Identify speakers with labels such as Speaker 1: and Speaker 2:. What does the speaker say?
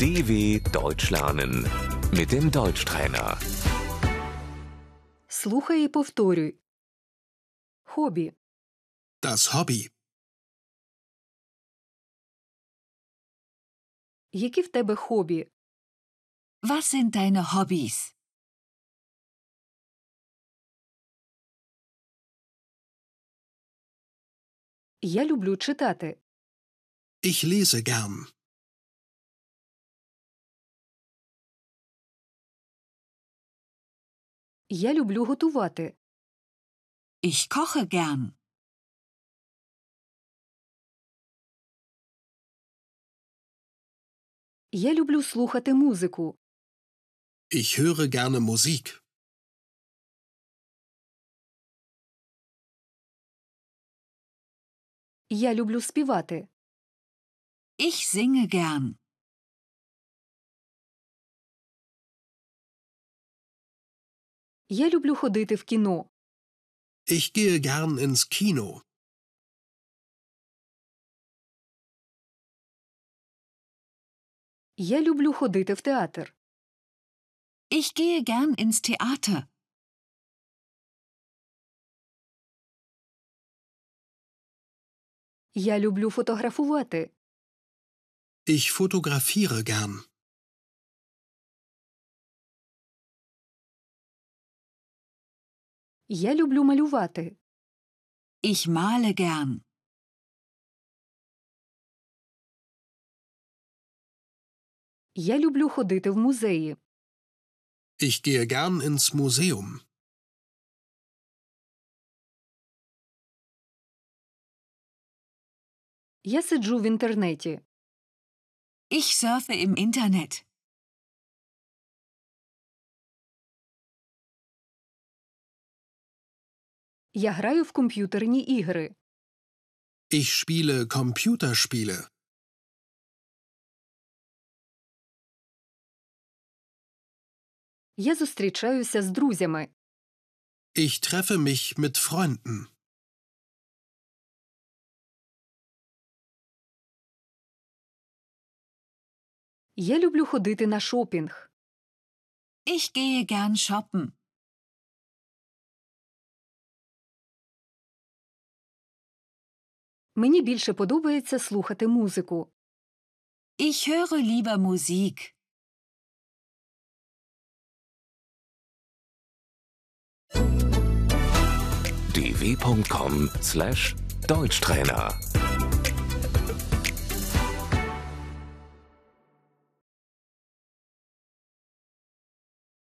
Speaker 1: DW Deutsch lernen mit dem Deutschtrainer.
Speaker 2: Слухай і повторюй. Хобі.
Speaker 3: Das Hobby.
Speaker 2: Які в тебе хобі?
Speaker 4: Was sind deine Hobbys?
Speaker 2: Я люблю читати.
Speaker 3: Ich lese gern.
Speaker 2: Я люблю готувати.
Speaker 4: Ich koche gern.
Speaker 2: Я люблю слухати музику.
Speaker 3: Ich höre gerne Musik.
Speaker 2: Я люблю співати.
Speaker 4: Ich singe gern.
Speaker 2: Я люблю ходити в кіно.
Speaker 3: Ich gehe gern ins Kino.
Speaker 2: Я люблю ходити в театр.
Speaker 4: Ich gehe gern ins Theater.
Speaker 2: Я люблю фотографувати.
Speaker 3: Ich fotografiere gern.
Speaker 2: Я люблю малювати.
Speaker 4: Ich male gern.
Speaker 2: Я люблю ходити в музеї.
Speaker 3: Ich gehe gern ins Museum.
Speaker 2: Я сиджу в інтернеті.
Speaker 4: Ich surfe im Internet.
Speaker 2: Я граю в комп'ютерні ігри.
Speaker 3: Ich spiele Computerspiele.
Speaker 2: Я зустрічаюся з друзями.
Speaker 3: Ich treffe mich mit Freunden.
Speaker 2: Я люблю ходити на шопінг.
Speaker 4: Ich gehe gern shoppen.
Speaker 2: Мені більше подобається слухати музику.
Speaker 4: Ich höre lieber Musik.
Speaker 1: dw.com/deutschtrainer